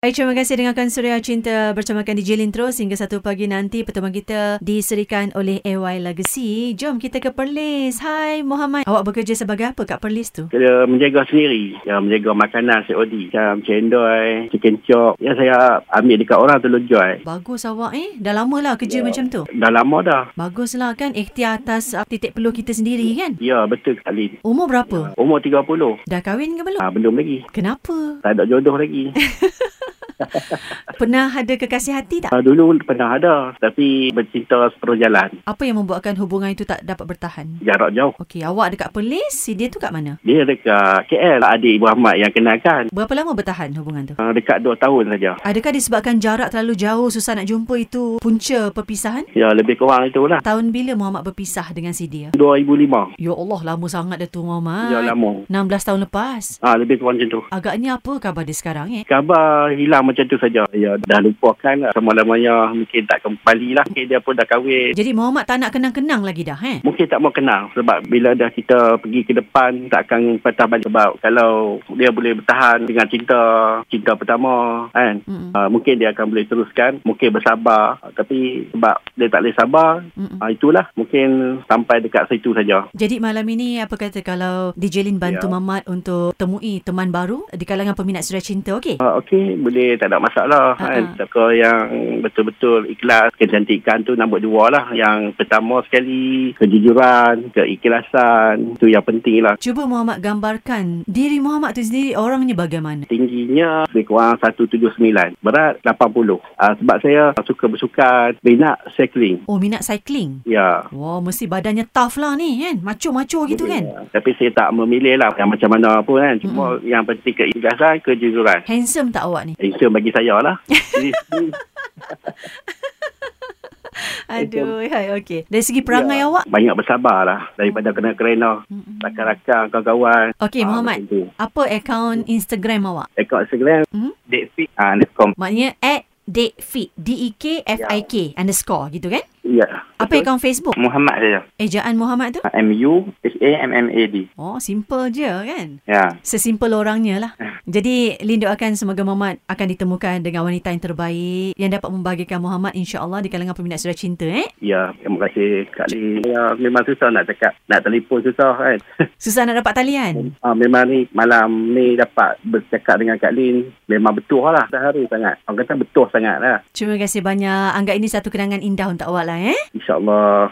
Baik, terima kasih dengarkan Suria Cinta bersama kami di Jilin terus hingga satu pagi nanti pertemuan kita diserikan oleh AY Legacy. Jom kita ke Perlis. Hai Muhammad, awak bekerja sebagai apa kat Perlis tu? Saya menjaga sendiri. Saya menjaga makanan COD. Macam cendol, chicken chop. Yang saya ambil dekat orang telur joy. Bagus awak eh. Dah lama lah kerja yeah. macam tu. Dah lama dah. Baguslah kan ikhtiar atas ah, titik peluh kita sendiri kan. Ya, betul sekali. Umur berapa? Umur 30. Dah kahwin ke belum? Ha, belum lagi. Kenapa? Tak ada jodoh lagi. Pernah ada kekasih hati tak? ha, dulu pernah ada. Tapi bercinta seterus jalan. Apa yang membuatkan hubungan itu tak dapat bertahan? Jarak jauh. Okey, awak dekat Perlis, si dia tu kat mana? Dia dekat KL. Adik Muhammad yang kenalkan. Berapa lama bertahan hubungan tu? Ha, dekat 2 tahun saja. Adakah disebabkan jarak terlalu jauh susah nak jumpa itu punca perpisahan? Ya, lebih kurang itulah. Tahun bila Muhammad berpisah dengan si dia? 2005. Ya Allah, lama sangat dah tu Muhammad. Ya, 16 lama. tahun lepas. Ha, lebih kurang macam tu. Agaknya apa khabar dia sekarang eh? Khabar hilang macam tu saja. Ya, dah lupakan lah. Sama lamanya mungkin tak kembali lah. Mungkin dia pun dah kahwin. Jadi Muhammad tak nak kenang-kenang lagi dah eh? Mungkin tak mau kenal sebab bila dah kita pergi ke depan tak akan patah balik sebab kalau dia boleh bertahan dengan cinta, cinta pertama kan. Mm-mm. Uh, mungkin dia akan boleh teruskan, mungkin bersabar Ah, tapi sebab dia tak boleh sabar, Mm-mm. uh, itulah mungkin sampai dekat situ saja. Jadi malam ini apa kata kalau DJ Lin bantu Ya. Muhammad untuk temui teman baru di kalangan peminat surat cinta, okey? Uh, Okey, boleh tak ada masalah kan. Ha-ha. Tokoh yang betul-betul ikhlas, kecantikan tu nombor dua lah. Yang pertama sekali, kejujuran, keikhlasan. Itu yang penting lah. Cuba Muhammad gambarkan diri Muhammad tu sendiri orangnya bagaimana? Tingginya lebih kurang 179. Berat 80. Uh, sebab saya suka bersukan, minat cycling. Oh, minat cycling. Ya. Wah, mesti badannya tough lah ni kan. Macho-macho gitu kan. Hmm. Ya. Tapi saya tak memilih lah yang macam mana pun kan. Cuma mm-hmm. yang penting keikhlasan, kejujuran. Handsome tak awak ni? Handsome bagi saya lah. Jadi, Aduh, hai okey. Dari segi perangai awak? banyak bersabar lah daripada kena kerana. Rakan-rakan, kawan-kawan. Okey, Ah, Eh, Muhammad. macam tu. Apa akaun Instagram awak? Dekat Instagram Hmm? Dekfit ah, underscore Maknanya at E Dekfik. D-E-K-F-I-K underscore gitu kan? Ya Apa akaun Facebook? Muhammad saya Ejaan Muhammad tu? M-U-H-A-M-M-A-D Oh, simple je kan? Ya Sesimpel orangnya lah. Jadi, Lin doakan semoga Muhammad akan ditemukan dengan wanita yang terbaik yang dapat membahagikan Muhammad insya-Allah di kalangan peminat surat cinta eh. Ya terima kasih Kak Lee ya, Memang susah nak cakap Nak telefon susah kan Susah nak dapat talian. ah, Memang ni malam ni dapat bercakap dengan Kak Lin Memang betul lah Sehari sangat Orang kata betul sangat lah Terima kasih banyak. Anggap ini satu kenangan indah untuk awak lah eh. InsyaAllah